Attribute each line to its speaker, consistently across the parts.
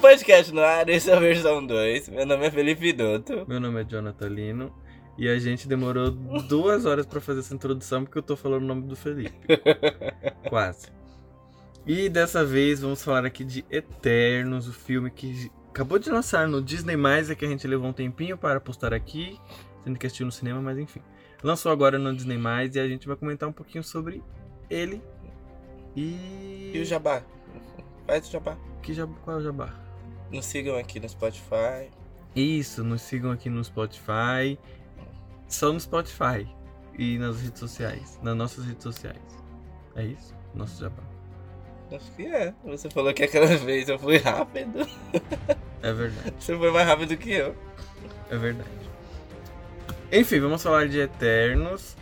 Speaker 1: podcast no ar, esse é a versão 2. Meu nome é Felipe Vidoto.
Speaker 2: Meu nome é Jonathan Lino. E a gente demorou duas horas pra fazer essa introdução porque eu tô falando o nome do Felipe. Quase. E dessa vez vamos falar aqui de Eternos, o filme que acabou de lançar no Disney+, é que a gente levou um tempinho para postar aqui, sendo que assistiu no cinema, mas enfim. Lançou agora no Disney+, e a gente vai comentar um pouquinho sobre ele e...
Speaker 1: E o Jabá? Faz o Jabá.
Speaker 2: Que jab... Qual é o jabá?
Speaker 1: Nos sigam aqui no Spotify.
Speaker 2: Isso, nos sigam aqui no Spotify. Só no Spotify e nas redes sociais. Nas nossas redes sociais. É isso? Nosso jabá.
Speaker 1: Acho que é. Você falou que aquela vez eu fui rápido.
Speaker 2: É verdade,
Speaker 1: Você foi mais rápido que eu.
Speaker 2: é verdade. Enfim, vamos falar de Eternos.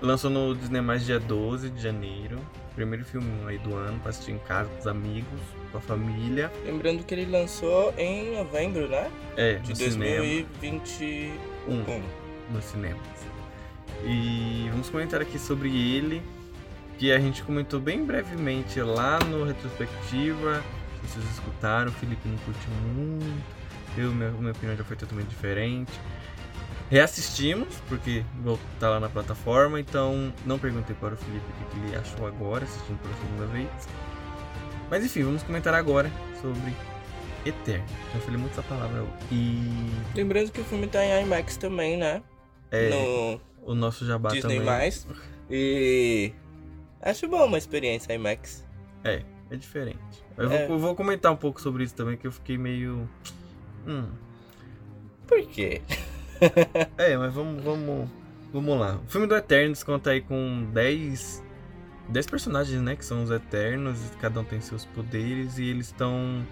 Speaker 2: Lançou no Disney mais dia 12 de janeiro. Primeiro filminho aí do ano, pra assistir em casa com os amigos, com a família.
Speaker 1: Lembrando que ele lançou em novembro, né?
Speaker 2: É,
Speaker 1: De
Speaker 2: no cinema.
Speaker 1: 2021.
Speaker 2: Um. nos cinemas. assim. E vamos comentar aqui sobre ele, que a gente comentou bem brevemente lá no Retrospectiva. Se Vocês escutaram, o Felipe não curtiu muito, eu, minha, minha opinião já foi totalmente diferente. Reassistimos, porque vou tá lá na plataforma, então não perguntei para o Felipe o que que ele achou agora, assistindo pela segunda vez. Mas enfim, vamos comentar agora sobre Eterno. Já falei muito essa palavra. E
Speaker 1: Lembrando que o filme tá em IMAX também, né?
Speaker 2: é,
Speaker 1: No
Speaker 2: o nosso jabá
Speaker 1: Disney+.
Speaker 2: também.
Speaker 1: E... Acho bom uma experiência IMAX.
Speaker 2: É diferente. Eu
Speaker 1: É.
Speaker 2: vou, eu vou comentar um pouco sobre isso também, que eu fiquei meio. Hum.
Speaker 1: Por quê?
Speaker 2: É, mas vamos, vamos, vamos lá. O filme do Eternos conta aí com 10, 10 personagens, né? Que são os Eternos, e cada um tem seus poderes, e eles estão.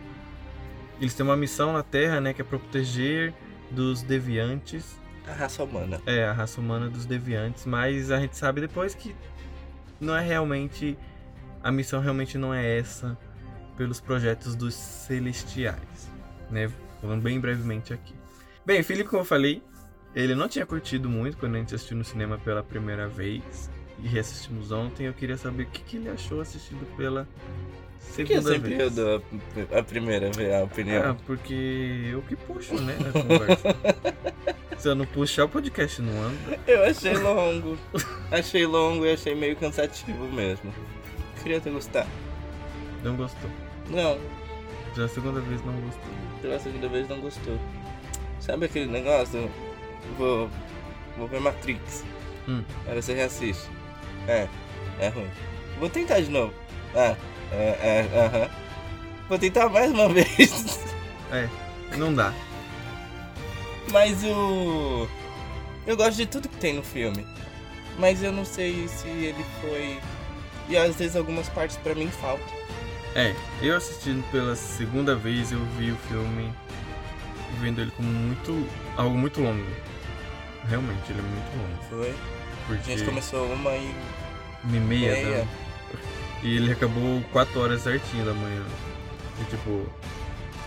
Speaker 2: Eles têm uma missão na Terra, né? Que é pra proteger dos deviantes.
Speaker 1: A raça humana.
Speaker 2: É, a raça humana dos deviantes, mas a gente sabe depois que não é realmente. A missão realmente não é essa pelos projetos dos celestiais, né? Falando bem brevemente aqui. Bem, o Felipe, como eu falei, ele não tinha curtido muito quando a gente assistiu no cinema pela primeira vez e reassistimos ontem. Eu queria saber o que, que ele achou assistido pela
Speaker 1: Por que
Speaker 2: segunda
Speaker 1: eu sempre eu
Speaker 2: vez.
Speaker 1: dou a- a primeira a opinião?
Speaker 2: Ah, porque eu que puxo, né? a conversa. Se eu não puxar, o podcast não anda.
Speaker 1: Eu achei longo. achei longo e achei meio cansativo mesmo. Queria ter gostado.
Speaker 2: Não gostou.
Speaker 1: Não,
Speaker 2: Já é a segunda vez não gostei.
Speaker 1: pela segunda vez não gostou. Sabe aquele negócio? Vou. Vou ver Matrix.
Speaker 2: Hum.
Speaker 1: Aí você reassiste. É, é ruim. Vou tentar de novo. Ah, é, é, aham. Vou tentar mais uma vez.
Speaker 2: Não dá.
Speaker 1: Mas o. Eu gosto de tudo que tem no filme. Mas eu não sei se ele foi. E às vezes algumas partes pra mim faltam.
Speaker 2: É, eu assistindo pela segunda vez, eu vi o filme vendo ele como muito. algo muito longo. Realmente, ele é muito longo.
Speaker 1: Foi. A
Speaker 2: Porque
Speaker 1: gente começou uma e.
Speaker 2: uma e meia,
Speaker 1: meia.
Speaker 2: da- E ele acabou 4 horas certinho da manhã. E tipo.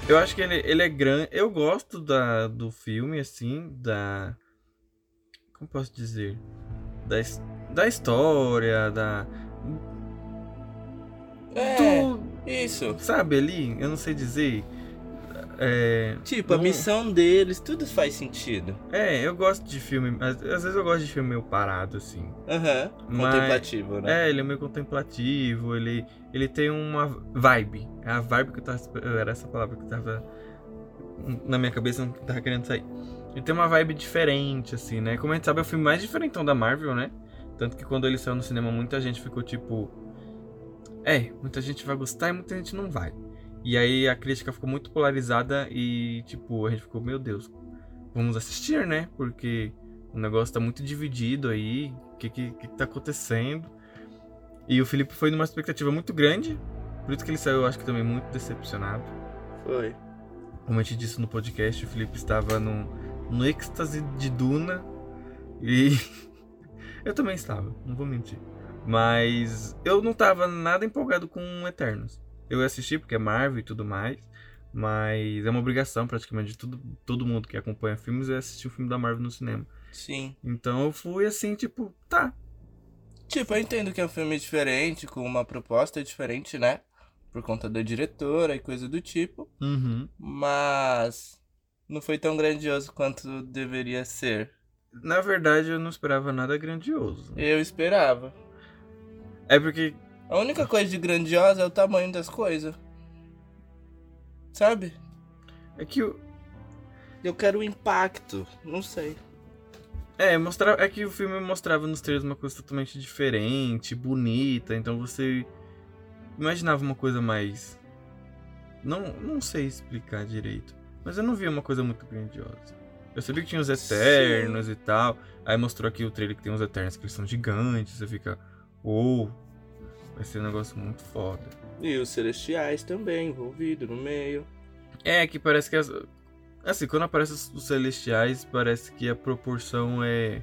Speaker 2: Eu acho que ele, ele é grande. Eu gosto da, do filme, assim, da. Como posso dizer? Da, his- da história, da.
Speaker 1: É,
Speaker 2: do-
Speaker 1: isso.
Speaker 2: Sabe ali? Eu não sei dizer. É,
Speaker 1: Tipo, a
Speaker 2: Não-
Speaker 1: missão deles, tudo faz sentido.
Speaker 2: é, eu gosto de filme. Às, às vezes eu gosto de filme meio parado, assim.
Speaker 1: Aham.
Speaker 2: Mas-
Speaker 1: Contemplativo, né?
Speaker 2: É, ele é meio contemplativo, ele, ele tem uma vibe. É a vibe que eu tava. esper- Era essa palavra que tava na minha cabeça, não tava querendo sair. Ele tem uma vibe diferente, assim, né? Como a gente sabe, é o filme mais diferentão da Marvel, né? Tanto que quando ele saiu no cinema, muita gente ficou tipo. É, muita gente vai gostar e muita gente não vai. E aí a crítica ficou muito polarizada e, tipo, a gente ficou, meu Deus, vamos assistir, né? Porque o negócio tá muito dividido aí. O que, que, que tá acontecendo? E o Felipe foi numa expectativa muito grande. Por isso que ele saiu, eu acho que também muito decepcionado.
Speaker 1: é. Foi.
Speaker 2: Como a gente disse no podcast, o Felipe estava no, no êxtase de Duna. E eu também estava, não vou mentir. Mas eu não estava nada empolgado com Eternos. Eu ia assistir porque é Marvel e tudo mais. Mas é uma obrigação praticamente de tudo, todo mundo que acompanha filmes é assistir o filme da Marvel no cinema.
Speaker 1: Sim.
Speaker 2: Então eu fui assim, tipo, tá.
Speaker 1: Tipo, eu entendo que é um filme diferente, com uma proposta diferente, né? por conta da diretora e coisa do tipo,
Speaker 2: Uhum.
Speaker 1: mas não foi tão grandioso quanto deveria ser.
Speaker 2: Na verdade, eu não esperava nada grandioso.
Speaker 1: Eu esperava.
Speaker 2: É porque.
Speaker 1: A única coisa de grandiosa é o tamanho das coisas. Sabe?
Speaker 2: É que o.
Speaker 1: Eu quero o impacto. Não sei.
Speaker 2: É, mostrava, é que o filme mostrava nos trailers uma coisa totalmente diferente, bonita, então você imaginava uma coisa mais. Não, não sei explicar direito. Mas eu não vi uma coisa muito grandiosa. Eu sabia que tinha os Eternos e tal. Aí mostrou aqui o trailer que tem os Eternos que eles são gigantes. Você fica. Uou! vai ser um negócio muito foda.
Speaker 1: E os celestiais também, envolvido no meio.
Speaker 2: É, que parece que as... Assim, quando aparecem os os celestiais, parece que a proporção é.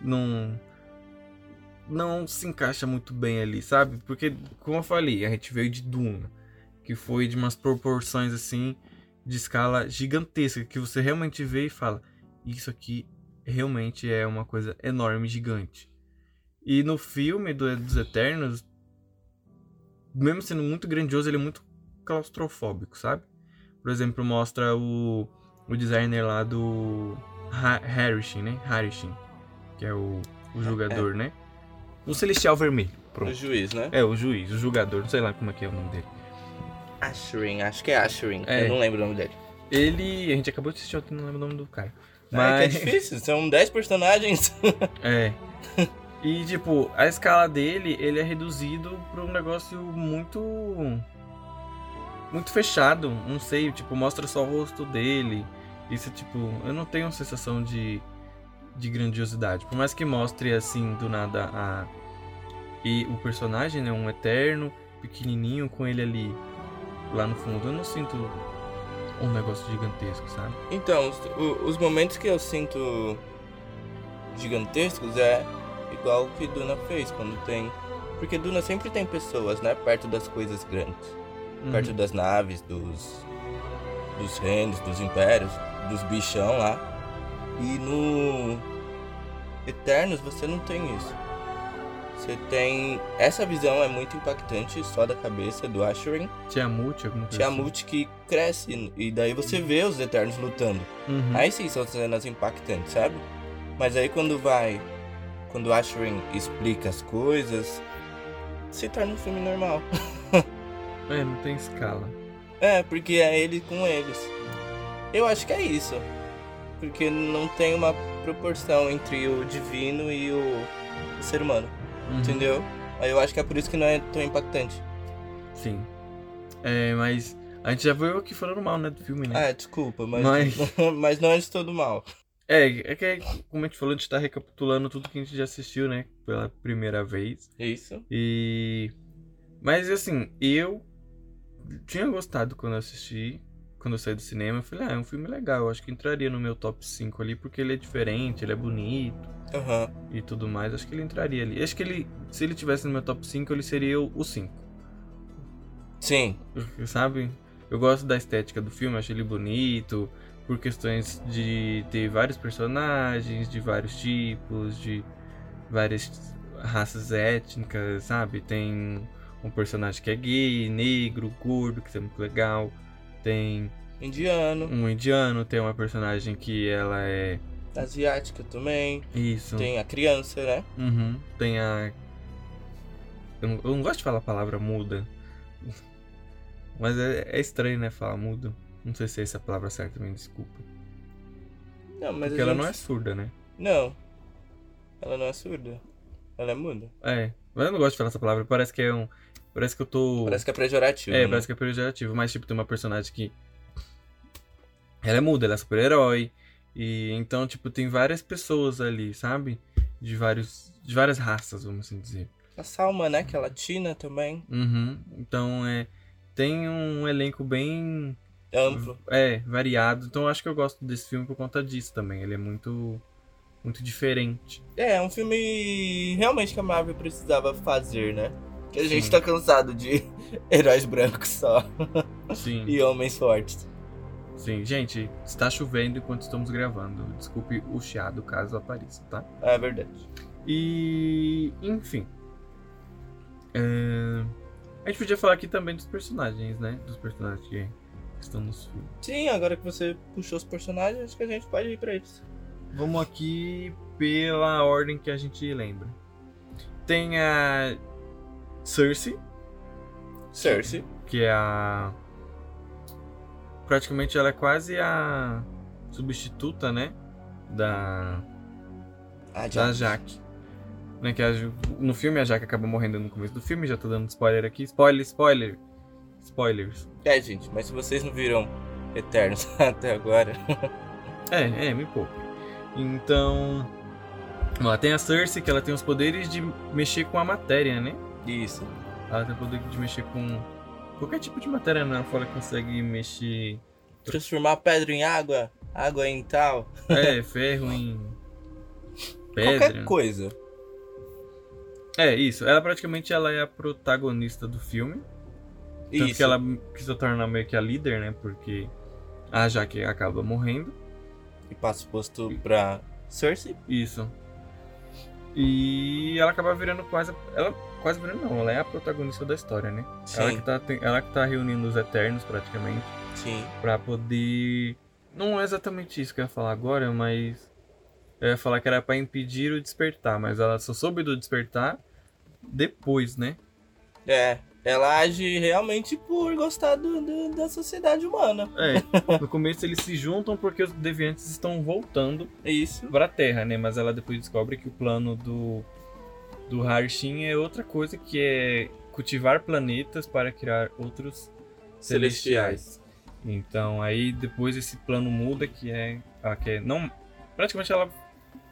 Speaker 2: Não. Não se encaixa muito bem ali, sabe? Porque, como eu falei, a gente veio de Duna, que foi de umas proporções assim, de escala gigantesca, que você realmente vê e fala: Isso aqui realmente é uma coisa enorme, gigante. E no filme do- dos Eternos, mesmo sendo muito grandioso, ele é muito claustrofóbico, sabe? Por exemplo, mostra o, o designer lá do Ha- Harrison, né? Harrison, que é o, o jogador, né? O Celestial Vermelho,
Speaker 1: O
Speaker 2: pronto.
Speaker 1: juiz, né?
Speaker 2: É, o juiz, o julgador, não sei lá como é que é o nome dele.
Speaker 1: Asherin, acho que é Asherin.
Speaker 2: É.
Speaker 1: Eu não lembro o nome dele.
Speaker 2: Ele, a gente acabou de assistir ontem, não lembro o nome do cara.
Speaker 1: Ah, é
Speaker 2: Mas,
Speaker 1: que é difícil, são 10 personagens.
Speaker 2: é. E, tipo, a escala dele, ele é reduzido pra um negócio muito... Muito fechado, não sei, tipo, mostra só o rosto dele. Isso, tipo, eu não tenho sensação de, de grandiosidade. Por mais que mostre, assim, do nada a... E o personagem, né, um eterno, pequenininho, com ele ali lá no fundo. Eu não sinto um negócio gigantesco, sabe?
Speaker 1: Então, os, o- os momentos que eu sinto gigantescos é igual o que Duna fez quando tem. Porque Duna sempre tem pessoas, né? Perto das coisas grandes.
Speaker 2: Uhum.
Speaker 1: Perto das naves, dos. dos reinos, dos impérios, dos bichão lá. E no. Eternos você não tem isso. Você tem. Essa visão é muito impactante só da cabeça do Asherin.
Speaker 2: Tiamut, Uhum. alguma coisa
Speaker 1: Tiamut que cresce. E daí você vê os Eternos lutando.
Speaker 2: assim. Uhum.
Speaker 1: Aí sim são cenas impactantes, sabe? Mas aí quando vai. Quando o Asherin explica as coisas. Se torna um filme normal.
Speaker 2: É, não tem escala.
Speaker 1: É, porque é ele com eles. Eu acho que é isso. Porque não tem uma proporção entre o divino e o, o ser humano.
Speaker 2: Uhum.
Speaker 1: Entendeu? Aí eu acho que é por isso que não é tão impactante.
Speaker 2: Sim. É, mas a gente já veio aqui falando mal, né, do filme, né?
Speaker 1: Ah, desculpa, mas.
Speaker 2: Mas-
Speaker 1: mas não é de todo mal.
Speaker 2: É, é que, como a gente falou, a gente tá recapitulando tudo que a gente já assistiu, né, pela primeira vez.
Speaker 1: É Isso.
Speaker 2: E... Mas, assim, eu tinha gostado quando eu assisti, quando eu saí do cinema. Eu falei, ah, é um filme legal, eu acho que entraria no meu top 5 ali, porque ele é diferente, ele é bonito.
Speaker 1: Aham.
Speaker 2: e tudo mais, acho que ele entraria ali. Acho que ele, se ele tivesse no meu top 5, ele seria o 5.
Speaker 1: Sim.
Speaker 2: Sabe? Eu gosto da estética do filme, acho ele bonito, por questões de ter vários personagens, de vários tipos, de várias raças étnicas, sabe? Tem um personagem que é gay, negro, gordo, que é muito legal. Tem
Speaker 1: Indiano,
Speaker 2: um indiano, tem uma personagem que ela é
Speaker 1: asiática também.
Speaker 2: isso.
Speaker 1: Tem a criança, né?
Speaker 2: Uhum. Tem a. Eu não, eu não gosto de falar a palavra muda. Mas é, é estranho, né? Falar mudo. Não sei se é essa a palavra certa, me desculpa.
Speaker 1: Não, mas
Speaker 2: Porque
Speaker 1: a
Speaker 2: ela
Speaker 1: gente-
Speaker 2: não é surda, né?
Speaker 1: Não. Ela não é surda. Ela é muda.
Speaker 2: É. Mas eu não gosto de falar essa palavra. Parece que é um. Parece que eu tô.
Speaker 1: Parece que é pejorativo.
Speaker 2: É,
Speaker 1: né?
Speaker 2: parece que é pejorativo, mas tipo, tem uma personagem que. Ela é muda, ela é super-herói. E então, tipo, tem várias pessoas ali, sabe? De vários. De várias raças, vamos assim dizer.
Speaker 1: A Salma, né? Que é latina também.
Speaker 2: Uhum. Então é. Tem um elenco bem.
Speaker 1: É amplo.
Speaker 2: É, variado. Então eu acho que eu gosto desse filme por conta disso também. Ele é muito. Muito diferente.
Speaker 1: É, é um filme realmente que a Marvel precisava fazer, né? Que a
Speaker 2: Sim.
Speaker 1: gente tá cansado de heróis brancos só
Speaker 2: Sim.
Speaker 1: e homens fortes.
Speaker 2: Sim. Gente, está chovendo enquanto estamos gravando. Desculpe o chiado caso apareça, tá?
Speaker 1: É verdade.
Speaker 2: E. Enfim. É, A gente podia falar aqui também dos personagens, né? Dos personagens que estão nos filmes.
Speaker 1: Sim, agora que você puxou os personagens, acho que a gente pode ir pra eles.
Speaker 2: Vamos aqui pela ordem que a gente lembra. Tem a Cersei,
Speaker 1: Cersei.
Speaker 2: que é a. Praticamente ela é quase a substituta, né? Da,
Speaker 1: Ah,
Speaker 2: da Jaque. Né, que a Ju- no filme a Jaque acaba morrendo no começo do filme, já tô dando spoiler aqui. Spoiler, spoiler! Spoilers.
Speaker 1: É, gente, mas se vocês não viram Eternos até agora,
Speaker 2: É, é, me poupe. Então. Ela tem a Cersei, que ela tem os poderes de mexer com a matéria, né?
Speaker 1: isso.
Speaker 2: Ela tem o poder de mexer com qualquer tipo de matéria, né? Fora que consegue mexer.
Speaker 1: Transformar pedra em água, água em tal,
Speaker 2: É, ferro em. Pedra.
Speaker 1: qualquer coisa.
Speaker 2: É, isso. Ela praticamente ela é a protagonista do filme. Tanto
Speaker 1: Isso.
Speaker 2: que ela que se torna meio que a líder, né? Porque a Jaque acaba morrendo.
Speaker 1: E passa o posto pra Cersei.
Speaker 2: Isso. E ela acaba virando quase. Ela quase virando não, ela é a protagonista da história, né? Ela que,
Speaker 1: Sim,
Speaker 2: tá, ten- ela que tá reunindo os Eternos praticamente.
Speaker 1: sim.
Speaker 2: Pra poder. Não é exatamente isso que eu ia falar agora, mas. Eu ia falar que era pra impedir o despertar, mas ela só soube do despertar depois, né?
Speaker 1: É, ela age realmente por gostar do- do- da sociedade humana.
Speaker 2: É, no começo eles se juntam porque os deviantes estão voltando
Speaker 1: É Isso.
Speaker 2: pra Terra, né? Mas ela depois descobre que o plano do, do Harshin é outra coisa que é cultivar planetas para criar outros celestiais. Então aí depois esse plano muda que é, ah, que é não praticamente ela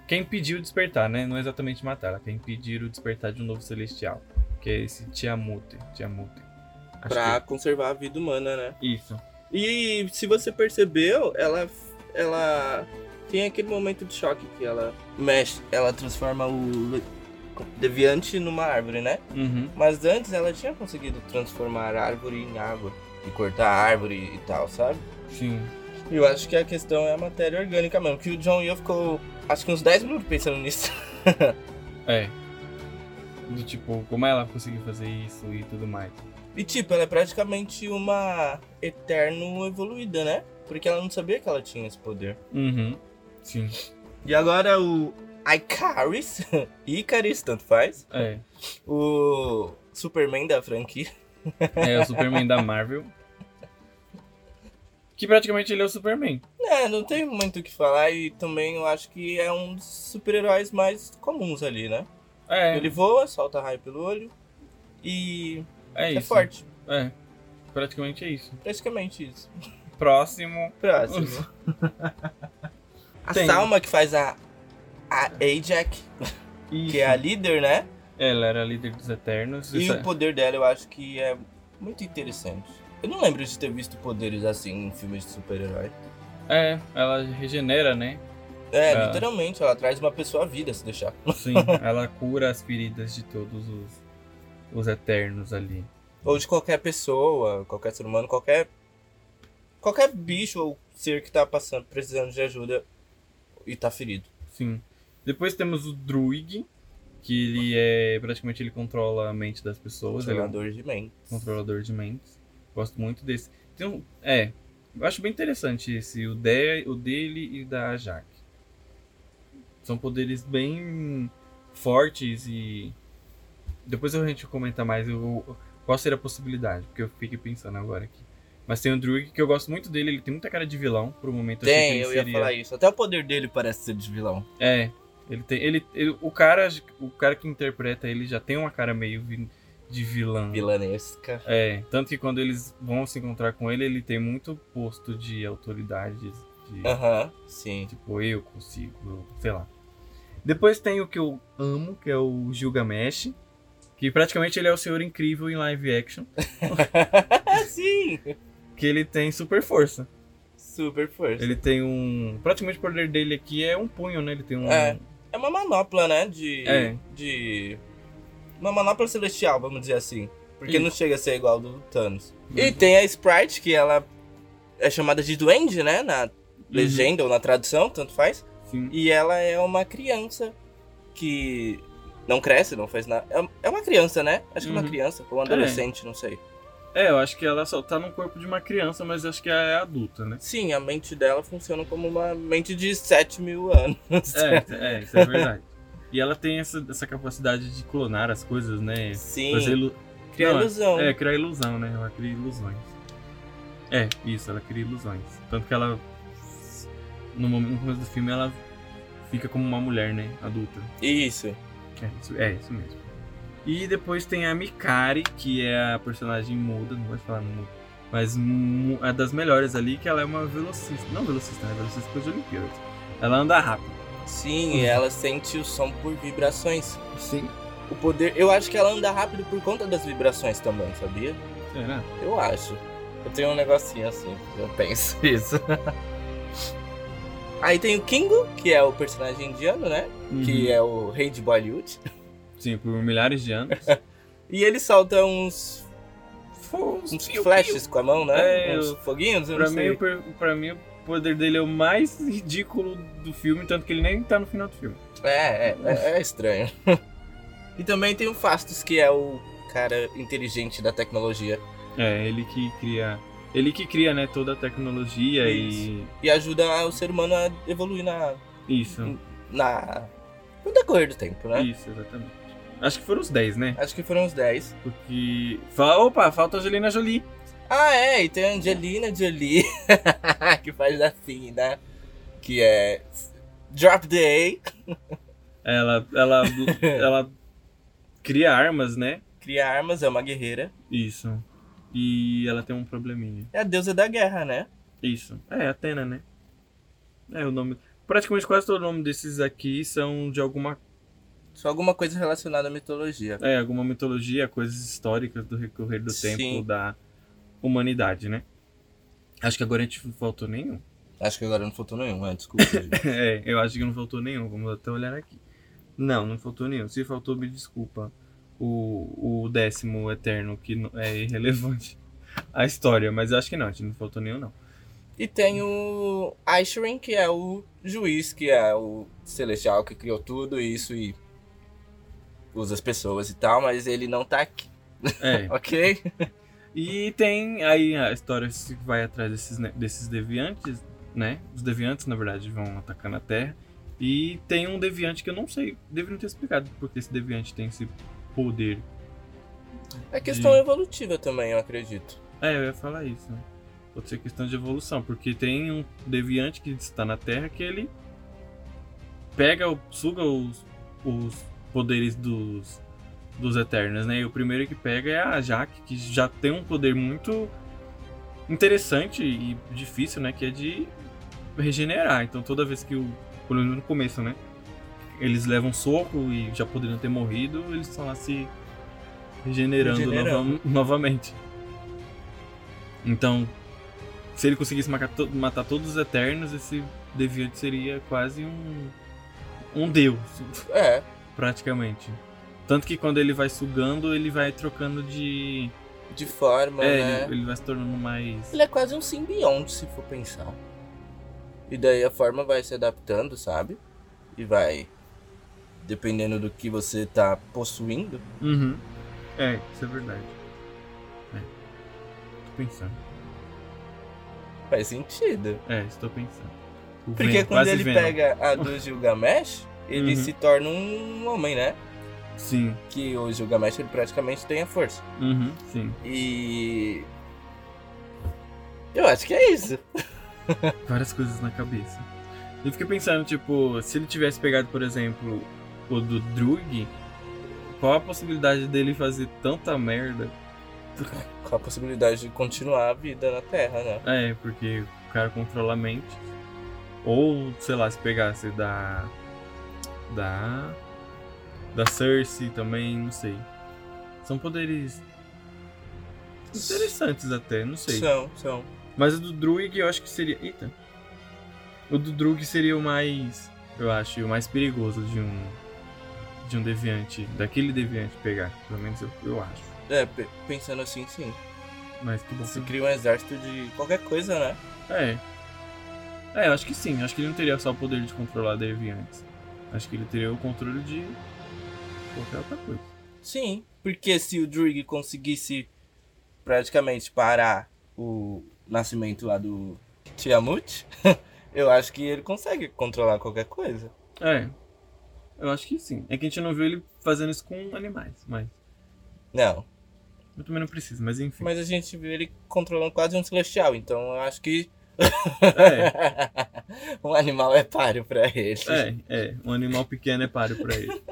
Speaker 2: quer impedir o despertar, né? Não é exatamente matar, ela quer impedir o despertar de um novo celestial, que é esse Tiamute, Tiamute. Acho
Speaker 1: Pra conservar a vida humana, né?
Speaker 2: que... isso.
Speaker 1: E se você percebeu, ela ela tem aquele momento de choque que ela mexe, ela transforma o le- deviante numa árvore, né?
Speaker 2: Uhum.
Speaker 1: Mas antes ela tinha conseguido transformar a árvore em água e cortar a árvore e tal, sabe?
Speaker 2: Sim.
Speaker 1: Eu acho que a questão é a matéria orgânica mesmo, que o John Yo ficou acho que uns 10 minutos pensando nisso.
Speaker 2: É. Do tipo, como ela conseguiu fazer isso e tudo mais.
Speaker 1: E tipo, ela é praticamente uma eterno evoluída, né? Porque ela não sabia que ela tinha esse poder.
Speaker 2: Uhum. Sim.
Speaker 1: E agora o Icaris, Icaris, tanto faz,
Speaker 2: É.
Speaker 1: o Superman da franquia.
Speaker 2: É o Superman da Marvel. Que praticamente ele é o Superman.
Speaker 1: É, não tem muito o que falar e também eu acho que é um dos super-heróis mais comuns ali, né?
Speaker 2: É.
Speaker 1: Ele voa, solta raio pelo olho e
Speaker 2: é
Speaker 1: é,
Speaker 2: isso.
Speaker 1: forte,
Speaker 2: É. Praticamente é isso.
Speaker 1: praticamente isso.
Speaker 2: Próximo.
Speaker 1: Próximo. a
Speaker 2: Tem.
Speaker 1: Salma que faz a, a Ajax, que é a líder, né?
Speaker 2: Ela era a líder dos Eternos.
Speaker 1: E
Speaker 2: Essa-
Speaker 1: o poder dela eu acho que é muito interessante. Eu não lembro de ter visto poderes assim em filmes de super-herói.
Speaker 2: É, ela regenera, né?
Speaker 1: É,
Speaker 2: É.
Speaker 1: literalmente, ela traz uma pessoa à vida se deixar.
Speaker 2: Sim, ela cura as feridas de todos os, os Eternos ali.
Speaker 1: Ou de qualquer pessoa, qualquer ser humano, qualquer. qualquer bicho ou ser que tá passando, precisando de ajuda e tá ferido.
Speaker 2: Sim. Depois temos o Druid, que ele é. Praticamente ele controla a mente das pessoas, ele é um
Speaker 1: Controlador de mentes.
Speaker 2: controlador de mentes. Gosto muito desse. Tem um, é, eu acho bem interessante esse, o, de, o dele e da Jaque. São poderes bem fortes e. Depois a gente comenta mais eu, qual seria a possibilidade, porque eu fiquei pensando agora aqui. Mas tem o Druid, que eu gosto muito dele, ele tem muita cara de vilão, por um momento eu achei que
Speaker 1: Tem,
Speaker 2: ele
Speaker 1: eu ia
Speaker 2: seria...
Speaker 1: falar isso. Até o poder dele parece ser de vilão.
Speaker 2: É, ele tem. Ele, ele- o, cara, o cara que interpreta ele já tem uma cara meio vi- de vilão.
Speaker 1: Vilanesca.
Speaker 2: É, tanto que quando eles vão se encontrar com ele, ele tem muito posto de autoridade, de
Speaker 1: Aham, sim.
Speaker 2: tipo, eu consigo, eu- sei lá. Depois tem o que eu amo, que é o Gilgamesh, que praticamente ele é o senhor incrível em live action,
Speaker 1: sim!
Speaker 2: que ele tem super força.
Speaker 1: Super força.
Speaker 2: Ele tem um... praticamente o poder dele aqui é um punho, né? Ele tem um...
Speaker 1: É. É uma manopla, né? De.
Speaker 2: É.
Speaker 1: De. Uma manopla celestial, vamos dizer assim. Porque
Speaker 2: Isso.
Speaker 1: não chega a ser igual do Thanos. E
Speaker 2: Uhum.
Speaker 1: tem a Sprite, que ela é chamada de Duende, né? Na
Speaker 2: Uhum.
Speaker 1: legenda ou na tradução, tanto faz.
Speaker 2: Sim.
Speaker 1: E ela é uma criança que Não cresce, não faz nada. É- É uma criança, né? Acho que é uma
Speaker 2: Uhum.
Speaker 1: criança, ou um adolescente, não sei.
Speaker 2: É, eu acho que ela só tá no corpo de uma criança, mas acho que ela é adulta, né?
Speaker 1: Sim, a mente dela funciona como uma mente de 7 mil anos.
Speaker 2: É, é, isso é verdade. E ela tem essa, essa capacidade de clonar as coisas, né?
Speaker 1: Sim,
Speaker 2: Fazer ilu...
Speaker 1: cria
Speaker 2: Não,
Speaker 1: ilusão.
Speaker 2: É, criar ilusão, né? Ela cria ilusões. É, isso, ela cria ilusões. Tanto que ela. No, momento, no começo do filme ela fica como uma mulher, né? Adulta.
Speaker 1: Isso.
Speaker 2: É isso, é isso mesmo. E depois tem a Mikari, que é a personagem muda, não vai falar muda, mas mu- a das melhores ali, que ela é uma velocista. Não velocista, né? Velocista de Olimpíadas. Ela anda rápido.
Speaker 1: Sim,
Speaker 2: Uhum.
Speaker 1: e ela sente o som por vibrações.
Speaker 2: Sim.
Speaker 1: O poder. Eu acho que ela anda rápido por conta das vibrações também, sabia?
Speaker 2: Será?
Speaker 1: Eu acho. Eu tenho um negocinho assim, eu penso isso. Aí tem o Kingo, que é o personagem indiano, né?
Speaker 2: Uhum.
Speaker 1: Que é o rei de Bollywood.
Speaker 2: Sim, por milhares de anos.
Speaker 1: E ele solta uns, uns
Speaker 2: Uns
Speaker 1: flashes com a mão, né?
Speaker 2: É,
Speaker 1: uns
Speaker 2: eu-
Speaker 1: foguinhos, eu
Speaker 2: Pra
Speaker 1: não
Speaker 2: mim,
Speaker 1: sei.
Speaker 2: o per- pra mim, o poder dele é o mais ridículo do filme, tanto que ele nem tá no final do filme.
Speaker 1: É, é, é, é estranho. e também tem o Fastos, que é o cara inteligente da tecnologia.
Speaker 2: É, ele que cria. Ele que cria, né, toda a tecnologia
Speaker 1: E ajuda o ser humano a evoluir na.
Speaker 2: e. Isso.
Speaker 1: na no decorrer do tempo, né?
Speaker 2: Isso, exatamente. Acho que foram os 10, né?
Speaker 1: Acho que foram uns 10.
Speaker 2: Porque. Fa- Opa, falta a Angelina Jolie.
Speaker 1: Ah, é, e tem a Angelina Jolie, que faz assim, né? Que é. Drop the A,
Speaker 2: Ela. Ela. ela cria armas, né?
Speaker 1: cria armas, é uma guerreira.
Speaker 2: Isso. E ela tem um probleminha.
Speaker 1: É a deusa da guerra, né?
Speaker 2: Isso. É, Atena, né? É o nome. Praticamente quase todo o nome desses aqui são de alguma.
Speaker 1: Só alguma coisa relacionada à mitologia.
Speaker 2: É, alguma mitologia, coisas históricas do recorrer do tempo
Speaker 1: Sim.
Speaker 2: da humanidade, né? Acho que agora a gente não faltou nenhum.
Speaker 1: Acho que agora não faltou nenhum, é, desculpa. gente.
Speaker 2: É, eu acho que não faltou nenhum. Vamos até olhar aqui. Não, não faltou nenhum. Se faltou, me desculpa. O, o décimo eterno, que não- é irrelevante à história, mas eu acho que não, a gente não faltou nenhum, não.
Speaker 1: e tem o Aishrin, que é o juiz, que é o celestial que criou tudo isso e usa as pessoas e tal, mas ele não tá aqui,
Speaker 2: É.
Speaker 1: ok?
Speaker 2: E tem aí a história que vai atrás desses, ne- desses deviantes, né? Os deviantes, na verdade, vão atacando a Terra. E tem um deviante que eu não sei, deveriam ter explicado porque esse deviante tem esse poder.
Speaker 1: É questão
Speaker 2: Sim. É, né? um né? é um né? é Então, né? Então, um,
Speaker 1: É.
Speaker 2: É,
Speaker 1: né? é um tá
Speaker 2: Uhum. É, É,
Speaker 1: um né? é né? É, assim, um né? Sim, porque se o Druig conseguisse praticamente parar
Speaker 2: Uhum, tipo, É, um, É. qualquer outra coisa.
Speaker 1: o nascimento lá do Tiamut, eu acho que ele consegue controlar qualquer coisa.
Speaker 2: É. Eu acho que sim. É que a gente não viu ele fazendo isso com animais, mas.
Speaker 1: Não,
Speaker 2: Eu também não preciso, mas enfim.
Speaker 1: mas a gente viu ele controlando quase um celestial, então eu acho que
Speaker 2: É,
Speaker 1: um animal é páreo pra ele.
Speaker 2: é, é. Um animal pequeno é páreo pra ele.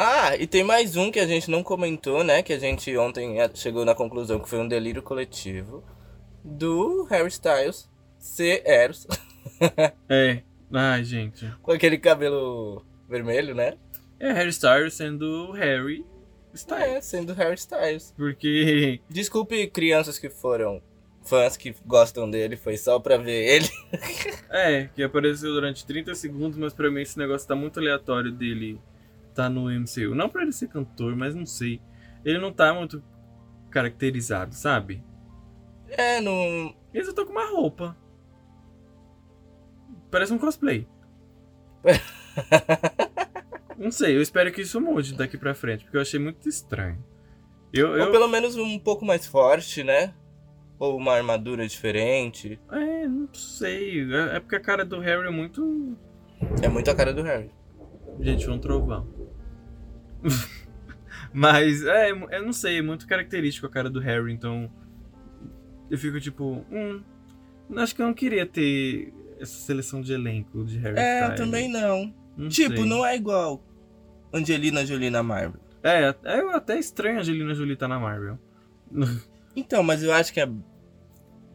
Speaker 1: Ah, e tem mais um que a gente não comentou, né? Que a gente ontem eh, chegou na conclusão que foi um delírio coletivo. Do Harry Styles ser Eros.
Speaker 2: É. Ai, gente.
Speaker 1: Com aquele cabelo vermelho, né?
Speaker 2: É Harry Styles sendo Harry Styles.
Speaker 1: É, sendo Harry Styles.
Speaker 2: Porque.
Speaker 1: Desculpe crianças que foram fãs que gostam dele, foi só pra ver ele.
Speaker 2: É, que apareceu durante 30 segundos, mas pra mim esse negócio tá muito aleatório dele tá no MCU. Não pra ele ser cantor, mas não sei. Ele não tá muito caracterizado, sabe?
Speaker 1: É, não.
Speaker 2: Ele só tá com uma roupa. Parece um cosplay. não sei, eu espero que isso mude daqui pra frente, porque eu achei muito estranho. Eu,
Speaker 1: Ou
Speaker 2: eu...
Speaker 1: pelo menos um pouco mais forte, né? Ou uma armadura diferente.
Speaker 2: É, não sei. É é porque a cara do Harry é muito.
Speaker 1: É muito a cara do Harry.
Speaker 2: Gente, foi um trovão. Mas, é, eu não sei, é muito característico a cara do Harry, então. Eu fico tipo, hum. Acho que eu não queria ter essa seleção de elenco de Harry
Speaker 1: É, eu
Speaker 2: Styles.
Speaker 1: também não.
Speaker 2: Não
Speaker 1: tipo,
Speaker 2: sei.
Speaker 1: não é igual Angelina Jolie na Marvel.
Speaker 2: É, é eu até estranho a Angelina Jolie tá na Marvel.
Speaker 1: Então, mas eu acho que é.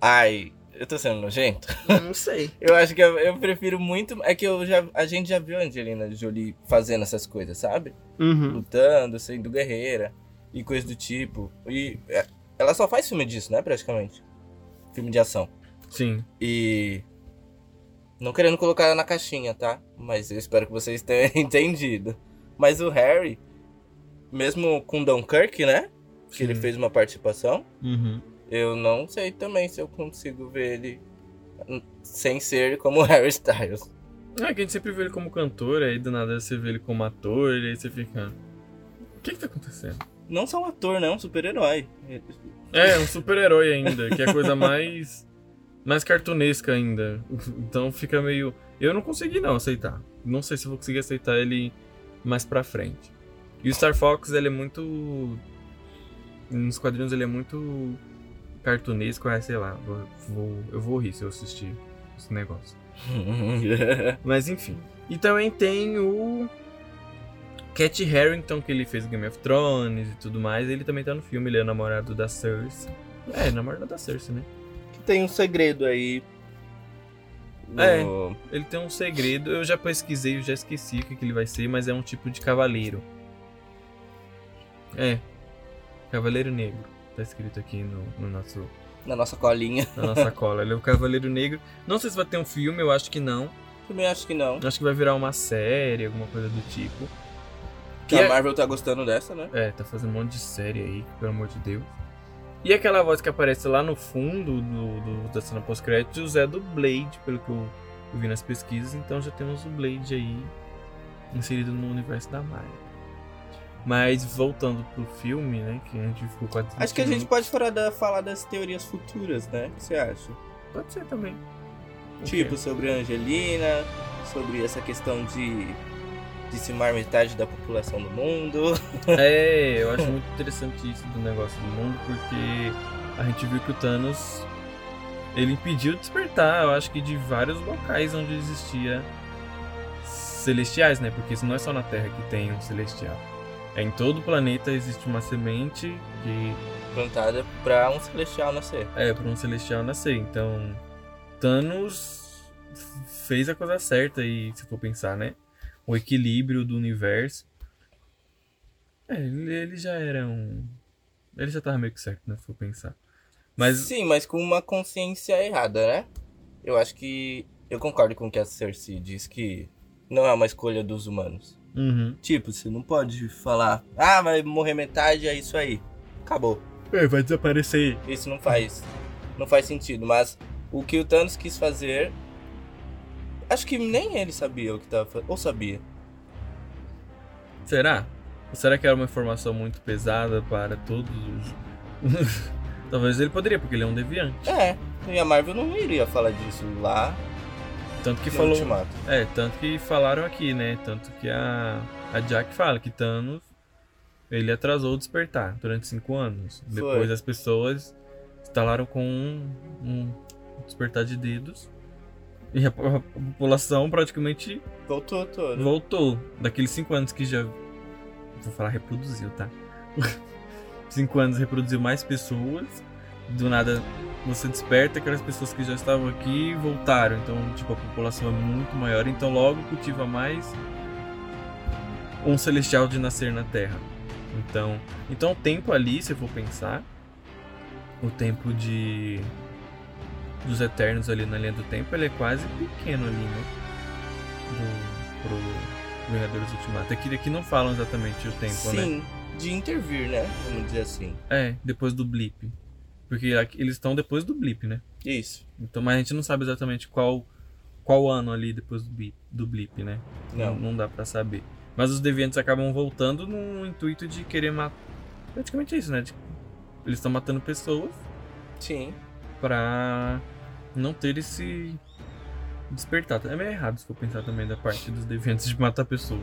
Speaker 1: Ai, eu tô sendo nojento.
Speaker 2: Não sei.
Speaker 1: Eu acho que eu, eu prefiro muito. É que eu já, a gente já viu a Angelina Jolie fazendo essas coisas, sabe?
Speaker 2: Uhum.
Speaker 1: lutando, sendo guerreira e coisa do tipo. E é, ela só faz filme disso, né, praticamente. Filme de ação.
Speaker 2: Sim.
Speaker 1: E não querendo colocar ela na caixinha, tá? Mas eu espero que vocês tenham entendido. Mas o Harry, mesmo com Dunkirk, né? Que ele
Speaker 2: Sim.
Speaker 1: fez uma participação,
Speaker 2: Uhum.
Speaker 1: eu não sei também se eu consigo ver ele hum, sem ser como o Harry Styles.
Speaker 2: É, que a gente sempre vê ele como cantor, aí do nada você vê ele como ator, e aí você fica. O que que tá acontecendo?
Speaker 1: Não só um ator, né? Um super-herói.
Speaker 2: É, um super-herói ainda, que é a coisa mais. mais cartunesca ainda. Então fica meio. Eu não consegui não aceitar. Não sei se eu vou conseguir aceitar ele mais pra frente. E o Star Fox, ele é muito. Nos quadrinhos ele é muito cartunesco, é, sei lá, vou, vou- eu vou rir se eu assistir esse negócio. Mas enfim. E também tem o. Cat Harrington, que ele fez Game of Thrones e tudo mais. Ele também tá no filme, ele é namorado da Cersei. É, namorado da Cersei, né?
Speaker 1: tem um segredo aí.
Speaker 2: É.
Speaker 1: No-
Speaker 2: Ele tem um segredo, eu já pesquisei, eu já esqueci o que, que ele vai ser, mas é um tipo de cavaleiro. É. Cavaleiro Negro. Tá escrito aqui no, no nosso,
Speaker 1: na nossa colinha.
Speaker 2: na nossa cola. Ele é o Cavaleiro Negro. Não sei se vai ter um filme, eu acho que não.
Speaker 1: Também acho que não.
Speaker 2: Acho que vai virar uma série, alguma coisa do tipo.
Speaker 1: Que
Speaker 2: E
Speaker 1: a
Speaker 2: é-
Speaker 1: Marvel tá gostando dessa, né?
Speaker 2: É, tá fazendo um monte de série aí, pelo amor de Deus. E aquela voz que aparece lá no fundo do, do- da cena pós-créditos é do Blade, pelo que eu eu vi nas pesquisas. Então já temos o Blade aí inserido no universo da Marvel. Mas voltando pro filme, né, que a gente ficou quase...
Speaker 1: Acho que a
Speaker 2: 20
Speaker 1: gente pode fora da- falar das teorias futuras, né? O que você acha?
Speaker 2: minutos. Pode ser também.
Speaker 1: Tipo, sobre a Angelina, sobre essa questão de dizimar metade da população do mundo.
Speaker 2: É, eu acho muito interessante isso do negócio do mundo, porque a gente viu que o Thanos ele impediu despertar, eu acho que de vários locais onde existia celestiais, né? Porque isso não é só na Terra que tem um celestial. É em todo o planeta existe uma semente que
Speaker 1: Plantada pra um celestial nascer.
Speaker 2: é para um celestial nascer. Então, Thanos f- fez a coisa certa e se for pensar, né? O equilíbrio do universo. É, ele, ele já era um. Ele já tava meio que certo, né? Se for pensar. Mas
Speaker 1: Sim, mas com uma consciência errada, né? Eu acho que. Eu concordo com o que a Cersei diz que não é uma escolha dos humanos.
Speaker 2: Uhum.
Speaker 1: Tipo, você não pode falar, ah, vai morrer metade, é isso aí. Acabou.
Speaker 2: É, vai desaparecer.
Speaker 1: Isso não faz. Não faz sentido. Mas o que o Thanos quis fazer. Acho que nem ele sabia o que tava fazendo. Ou sabia.
Speaker 2: Será? Será que era uma informação muito pesada para todos os. Talvez ele poderia, porque ele é um deviante.
Speaker 1: É, e a Marvel não iria falar disso lá
Speaker 2: Tanto que
Speaker 1: no
Speaker 2: falou.
Speaker 1: Ultimato.
Speaker 2: É, tanto que falaram aqui, né? Tanto que a, a Jack fala que Thanos ele atrasou o despertar durante cinco anos.
Speaker 1: Foi.
Speaker 2: Depois as pessoas instalaram com um, um despertar de dedos e a, po- a população praticamente
Speaker 1: Voltou né? todo.
Speaker 2: voltou daqueles cinco anos que já vou falar reproduziu, tá? cinco anos reproduziu mais pessoas. Do nada você desperta aquelas pessoas que já estavam aqui voltaram. Então, tipo, a população é muito maior. Então, logo cultiva mais um celestial de nascer na Terra. Então, então o tempo ali, se eu for pensar, o tempo de dos eternos ali na linha do tempo, ele é quase pequeno ali, né? Do, pro Vingadores Ultimato. É Aqui, aqui não falam exatamente o tempo, né?
Speaker 1: Sim, de intervir, né? Vamos dizer assim.
Speaker 2: É, depois do blip. Porque aqui- eles estão depois do blip, né?
Speaker 1: Isso.
Speaker 2: Então, mas a gente não sabe exatamente qual qual ano ali depois do blip, do blip né?
Speaker 1: Não.
Speaker 2: não dá pra saber. Mas os deviantes acabam voltando no intuito de querer matar. Praticamente é isso, né? De- Eles estão matando pessoas
Speaker 1: Sim.
Speaker 2: pra não ter esse despertar. É meio errado se for pensar também da parte dos deviantes de matar pessoas.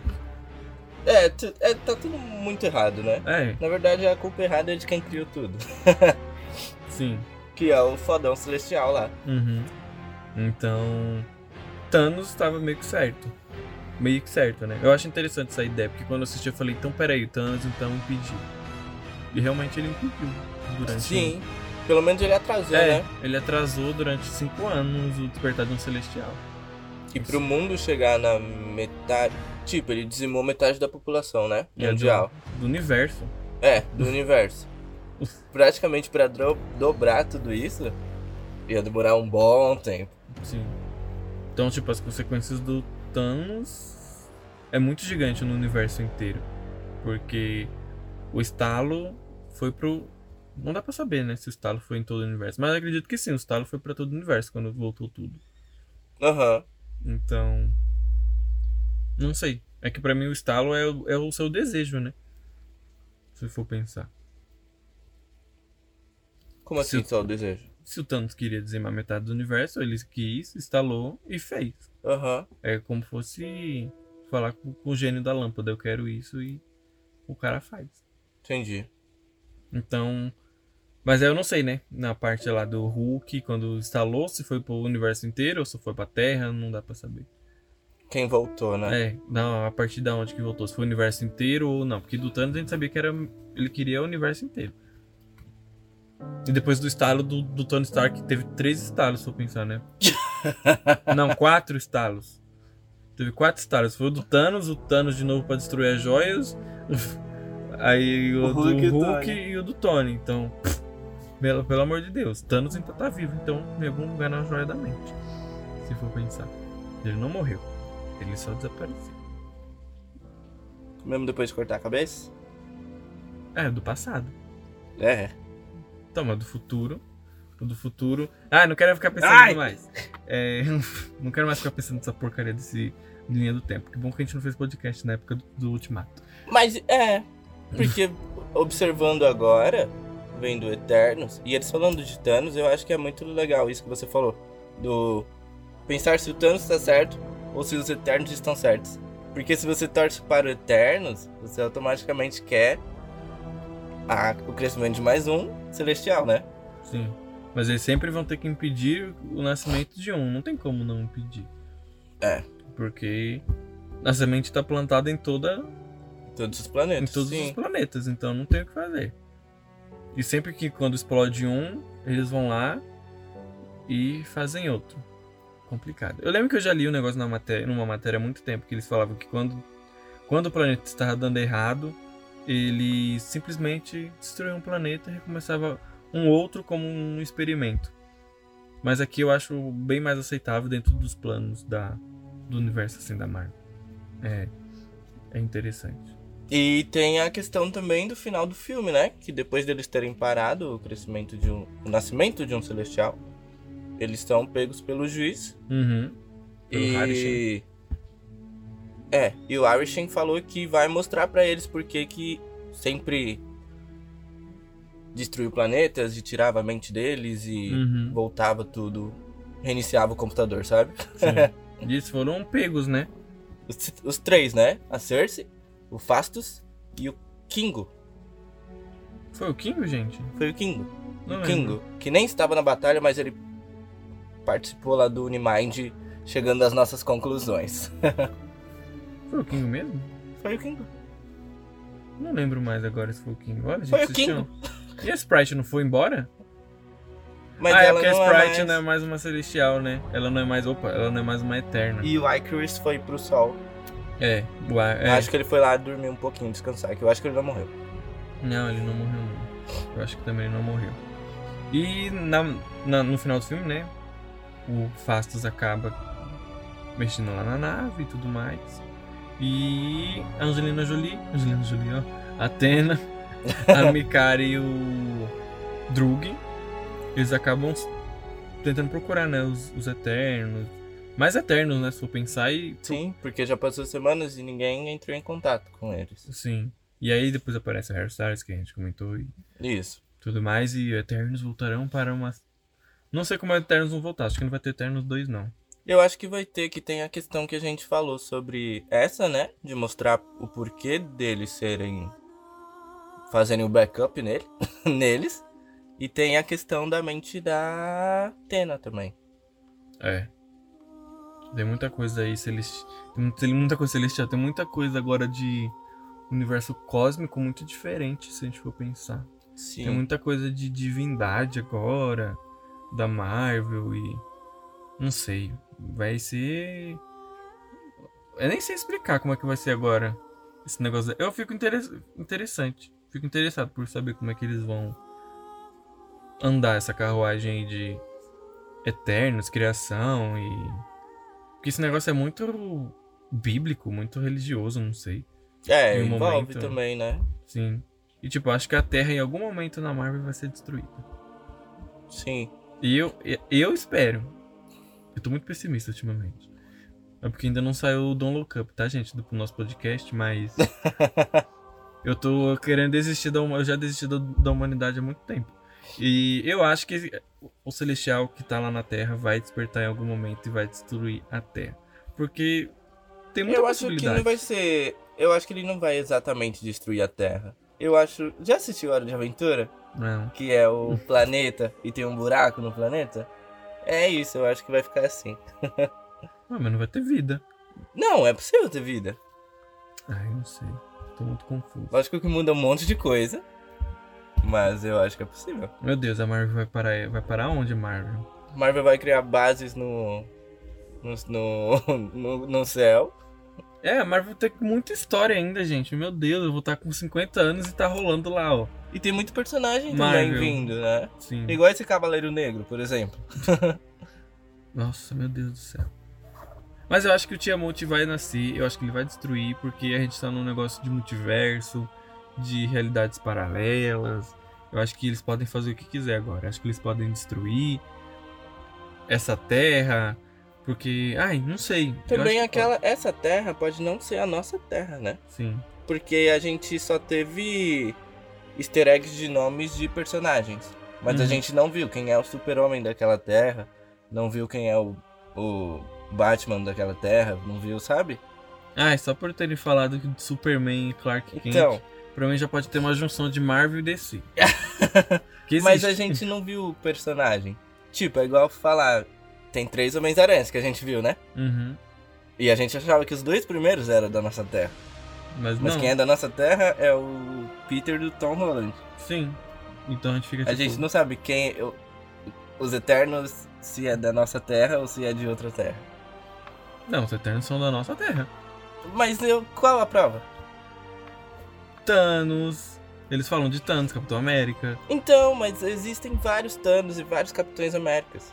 Speaker 1: É, tu- é, tá tudo muito errado, né?
Speaker 2: É,
Speaker 1: Na verdade, a culpa errada é de quem criou tudo.
Speaker 2: sim.
Speaker 1: Que é o fodão celestial lá.
Speaker 2: Uhum. Então, Thanos estava meio que certo. Meio que certo, né? Eu acho interessante essa ideia, porque quando eu assisti eu falei, então peraí, o Thanos então impediu. E realmente ele impediu durante um
Speaker 1: Sim. Pelo menos ele atrasou,
Speaker 2: É,
Speaker 1: né?
Speaker 2: ele atrasou durante cinco anos o despertar de um celestial.
Speaker 1: E pro mundo chegar na metade. Tipo, ele dizimou metade da população, né?
Speaker 2: É, do-
Speaker 1: Mundial.
Speaker 2: Do universo.
Speaker 1: É, do universo. Praticamente pra dro- dobrar tudo isso, ia demorar um bom tempo.
Speaker 2: Sim. assim. Então, tipo, as consequências do Thanos é muito gigante no universo inteiro. Porque o estalo foi pro. Não dá pra saber, né, se o estalo foi em todo o universo. Mas eu acredito que sim, o estalo foi pra todo o universo quando voltou tudo.
Speaker 1: Aham.
Speaker 2: Então. Não sei. É que pra mim o estalo é, o- é o seu desejo, né? Se for pensar.
Speaker 1: Como assim
Speaker 2: Sim.
Speaker 1: só o desejo?
Speaker 2: Se o Thanos queria dizimar metade do universo, ele quis, instalou e fez.
Speaker 1: Aham.
Speaker 2: É como fosse falar com, com o gênio da lâmpada, eu quero isso e o cara faz.
Speaker 1: Entendi.
Speaker 2: Então. Mas aí eu não sei, né? Na parte lá do Hulk, quando instalou, se foi pro universo inteiro ou se foi pra Terra, não dá pra saber.
Speaker 1: Quem voltou, né?
Speaker 2: É, não, a partir da onde que voltou, se foi o universo inteiro ou não. Porque do Thanos a gente sabia que era, ele queria o universo inteiro. E depois do estalo do, do Tony Stark, teve três estalos, se eu pensar, né? não, quatro estalos. Teve quatro estalos. Foi o do Thanos, o Thanos de novo pra destruir as joias. Aí o,
Speaker 1: O Hulk e
Speaker 2: do
Speaker 1: o
Speaker 2: Hulk
Speaker 1: Tony.
Speaker 2: e o do Tony. Então, pelo, pelo amor de Deus, Thanos ainda tá vivo. Então, em algum lugar na joia da mente. Se for pensar. Ele não morreu. Ele só desapareceu.
Speaker 1: Mesmo depois de cortar a cabeça?
Speaker 2: É, do passado.
Speaker 1: É.
Speaker 2: Então, mas do futuro. O do futuro. Ah, não quero ficar pensando
Speaker 1: Ai!
Speaker 2: mais. É, não quero mais ficar pensando nessa porcaria desse linha do tempo. Que bom que a gente não fez podcast na época do, do Ultimato.
Speaker 1: Mas é, porque observando agora, vendo Eternos, e eles falando de Thanos, eu acho que é muito legal isso que você falou. Do pensar se o Thanos tá certo ou se os Eternos estão certos. Porque se você torce para o Eternos, você automaticamente quer a- o crescimento de mais um Celestial, né?
Speaker 2: Sim. Mas eles sempre vão ter que impedir o nascimento de um. Não tem como não impedir.
Speaker 1: É.
Speaker 2: Porque a semente tá plantada em toda
Speaker 1: Todos os planetas.
Speaker 2: em todos os
Speaker 1: sim.
Speaker 2: planetas, então não tem o que fazer. E sempre que quando explode um, eles vão lá e fazem outro. Complicado. Eu lembro que eu já li um negócio na matéria, numa matéria há muito tempo que eles falavam que quando, quando o planeta estava dando errado, ele simplesmente destruía um planeta e recomeçava um outro como um experimento. Mas aqui eu acho bem mais aceitável dentro dos planos da, do universo assim da Marvel. É, é interessante.
Speaker 1: E tem a questão também do final do filme, né? Que depois deles terem parado o crescimento de um. o nascimento de um celestial, eles são pegos pelo juiz
Speaker 2: Uhum. Pelo
Speaker 1: e.
Speaker 2: Harry
Speaker 1: É, e o Irishen falou que vai mostrar pra eles porque que sempre destruiu planetas e tirava a mente deles e
Speaker 2: Uhum.
Speaker 1: voltava tudo, reiniciava o computador, sabe?
Speaker 2: Sim. E eles foram pegos, né?
Speaker 1: Os, os três, né? A Cersei, o Fastus e o Kingo.
Speaker 2: Foi o Kingo, gente?
Speaker 1: Foi o Kingo.
Speaker 2: Não
Speaker 1: o
Speaker 2: lembro.
Speaker 1: Kingo, que nem estava na batalha, mas ele participou lá do Unimind, chegando às nossas conclusões.
Speaker 2: Foi o Kingo mesmo?
Speaker 1: Foi o Kingo.
Speaker 2: Não lembro mais agora se foi o Kingo. Olha, gente,
Speaker 1: Foi o
Speaker 2: vocês tinham- E a Sprite não foi embora?
Speaker 1: Mas
Speaker 2: ah, é
Speaker 1: ela
Speaker 2: porque a
Speaker 1: não
Speaker 2: Sprite
Speaker 1: é mais...
Speaker 2: não é mais uma celestial, né? Ela não é mais. Opa, ela não é mais uma eterna.
Speaker 1: E o Icarus foi pro sol.
Speaker 2: É, o ar- é.
Speaker 1: Acho que ele foi lá dormir um pouquinho, descansar, que eu acho que ele não morreu.
Speaker 2: Não, ele não morreu, não. Eu acho que também ele não morreu. E na, na- no final do filme, né? O Fastos acaba mexendo lá na nave e tudo mais. E a Angelina Jolie. Angelina Jolie, ó. Atena, a Mikari e o Drug. Eles acabam s- tentando procurar, né? Os, os Eternos. Mais Eternos, né? Se for pensar. E,
Speaker 1: Sim, porque já passou semanas e ninguém entrou em contato com eles.
Speaker 2: sim. assim, E aí depois aparece a Hair Stars, que a gente comentou. E
Speaker 1: Isso.
Speaker 2: tudo mais, e Eternos voltarão para uma. Não sei como é Eternos vão voltar, acho que não vai ter Eternos 2, não.
Speaker 1: Eu acho que vai ter que tem a questão que a gente falou sobre essa, né? De mostrar o porquê deles serem. fazerem o backup nele, neles. E tem a questão da mente da Atena também.
Speaker 2: É. Tem muita coisa aí, Celeste. Tem mu- Tem muita coisa celestial, tem muita coisa agora de universo cósmico muito diferente, se a gente for pensar.
Speaker 1: Sim.
Speaker 2: Tem um- muita coisa de divindade agora, da Marvel e. Não sei. Vai ser. Eu nem sei explicar como é que vai ser agora esse negócio. Eu fico interes- interessante. Fico interessado por saber como é que eles vão andar essa carruagem aí de Eternos, criação e. Porque esse negócio é muito bíblico, muito religioso, não sei.
Speaker 1: É,
Speaker 2: em um
Speaker 1: envolve
Speaker 2: momento-
Speaker 1: também, né?
Speaker 2: Sim. E tipo, acho que a Terra em algum momento na Marvel vai ser destruída.
Speaker 1: Sim.
Speaker 2: E eu, e- eu espero. Eu tô muito pessimista ultimamente. É porque ainda não saiu o Don't Look Up, tá, gente? Do pro nosso podcast, mas. eu tô querendo desistir da hum- Eu já desisti da, da humanidade há muito tempo. E eu acho que o Celestial que tá lá na Terra vai despertar em algum momento e vai destruir a Terra. Porque tem muita
Speaker 1: Eu acho que
Speaker 2: possibilidade.
Speaker 1: não vai ser. Eu acho que ele não vai exatamente destruir a Terra. Eu acho. Já assistiu Hora de Aventura?
Speaker 2: Não.
Speaker 1: que é o planeta e tem um buraco no planeta. É isso, eu acho que vai ficar assim.
Speaker 2: Ah, mas não vai ter vida.
Speaker 1: Não, é possível ter vida.
Speaker 2: Ai, não sei. Tô muito confuso.
Speaker 1: Lógico que muda um monte de coisa, mas eu acho que é possível.
Speaker 2: Meu Deus, a Marvel vai parar. Vai parar onde, Marvel?
Speaker 1: Marvel vai criar bases no no, no, no- no céu.
Speaker 2: É, a Marvel tem muita história ainda, gente. Meu Deus, eu vou estar com 50 anos e tá rolando lá, ó.
Speaker 1: E tem muito personagem também
Speaker 2: Marvel.
Speaker 1: vindo, né?
Speaker 2: Sim.
Speaker 1: Igual esse Cavaleiro Negro, por exemplo.
Speaker 2: Nossa, meu Deus do céu. Mas eu acho que o Tiamat vai nascer, eu acho que ele vai destruir, porque a gente tá num negócio de multiverso, de realidades paralelas. Eu acho que eles podem fazer o que quiser agora. Eu acho que eles podem destruir essa terra, porque. Ai, não sei. Eu
Speaker 1: Também
Speaker 2: acho que
Speaker 1: aquela. Essa terra pode não ser a nossa terra, né?
Speaker 2: pode. Sim.
Speaker 1: porque a gente só teve easter eggs de nomes de personagens. Mas a
Speaker 2: Uhum.
Speaker 1: gente não viu quem é o super-homem daquela terra, não viu quem é o, o Batman daquela terra, não viu, sabe?
Speaker 2: Ai, Ah, só por terem falado de Superman e Clark Kent.
Speaker 1: Então,
Speaker 2: Pra mim já pode ter uma junção de Marvel e DC. Que
Speaker 1: mas a
Speaker 2: existe.
Speaker 1: gente não viu o personagem. Tipo, é igual falar, tem três Homens-Aranhas que a gente viu, né?
Speaker 2: Uhum.
Speaker 1: E a gente achava que os dois primeiros eram da nossa terra.
Speaker 2: Mas,
Speaker 1: Mas
Speaker 2: não.
Speaker 1: quem é da nossa terra é o Peter do Tom Holland.
Speaker 2: Sim. Então a gente fica
Speaker 1: A
Speaker 2: tipo...
Speaker 1: gente não sabe quem. eu- os Eternos, se é da nossa terra ou se é de outra terra.
Speaker 2: Não, os Eternos são da nossa Terra.
Speaker 1: Mas eu, qual a prova?
Speaker 2: Thanos... Eles falam de Thanos, Capitão América.
Speaker 1: Então, mas existem vários Thanos e vários Capitães Américas.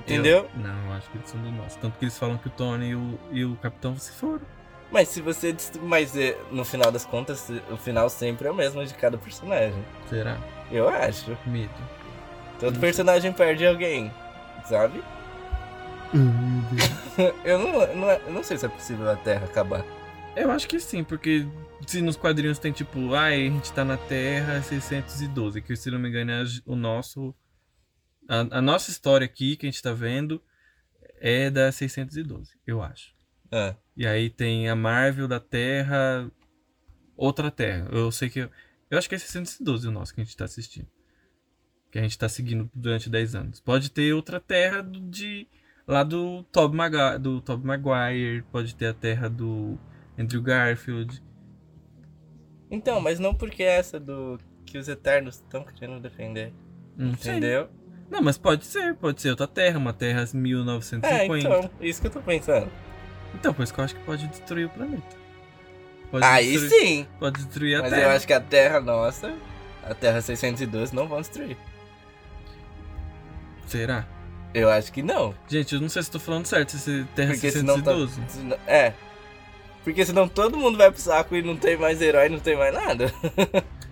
Speaker 1: Entendeu?
Speaker 2: Eu- Não, eu acho que eles são do nosso. Tanto que eles falam que o Tony e o, e o Capitão se foram.
Speaker 1: Mas se você. dest- Mas eh, no final das contas, o final sempre é o mesmo de cada personagem.
Speaker 2: Será?
Speaker 1: Eu acho.
Speaker 2: Medo.
Speaker 1: Todo
Speaker 2: Hum.
Speaker 1: personagem perde alguém, sabe?
Speaker 2: Ai, meu Deus.
Speaker 1: Eu não, não, eu não sei se é possível é a Terra acabar.
Speaker 2: Eu acho que sim, porque se nos quadrinhos tem tipo, ai, a gente tá na Terra 612, que se não me engano é a g- o nosso. A, a nossa história aqui que a gente tá vendo é da 612, eu acho.
Speaker 1: É.
Speaker 2: E aí tem a Marvel da Terra, outra Terra. Eu sei que. Eu acho que é 612 o nosso que a gente tá assistindo. Que a gente tá seguindo durante 10 anos. Pode ter outra Terra do- de. Lá do Tob Maguire, do Tobey Maguire, pode ter a terra do Andrew Garfield.
Speaker 1: Então, mas não porque é essa do que os Eternos estão querendo defender.
Speaker 2: Não sei.
Speaker 1: Entendeu?
Speaker 2: Não, mas pode ser, pode ser outra terra, uma terra 1950.
Speaker 1: É, então, isso que eu tô pensando.
Speaker 2: Então, por isso que eu acho que pode destruir o planeta. Pode
Speaker 1: Aí
Speaker 2: destruir,
Speaker 1: sim!
Speaker 2: Pode destruir a
Speaker 1: Mas eu
Speaker 2: terra.
Speaker 1: acho que a Terra nossa, a Terra 612, não vão destruir.
Speaker 2: Será?
Speaker 1: Eu acho que não.
Speaker 2: Gente, eu não sei se tô falando certo, se terra
Speaker 1: Porque senão tá-
Speaker 2: 612.
Speaker 1: Senão- É. Porque senão todo mundo vai pro saco e não tem mais herói, não tem mais nada.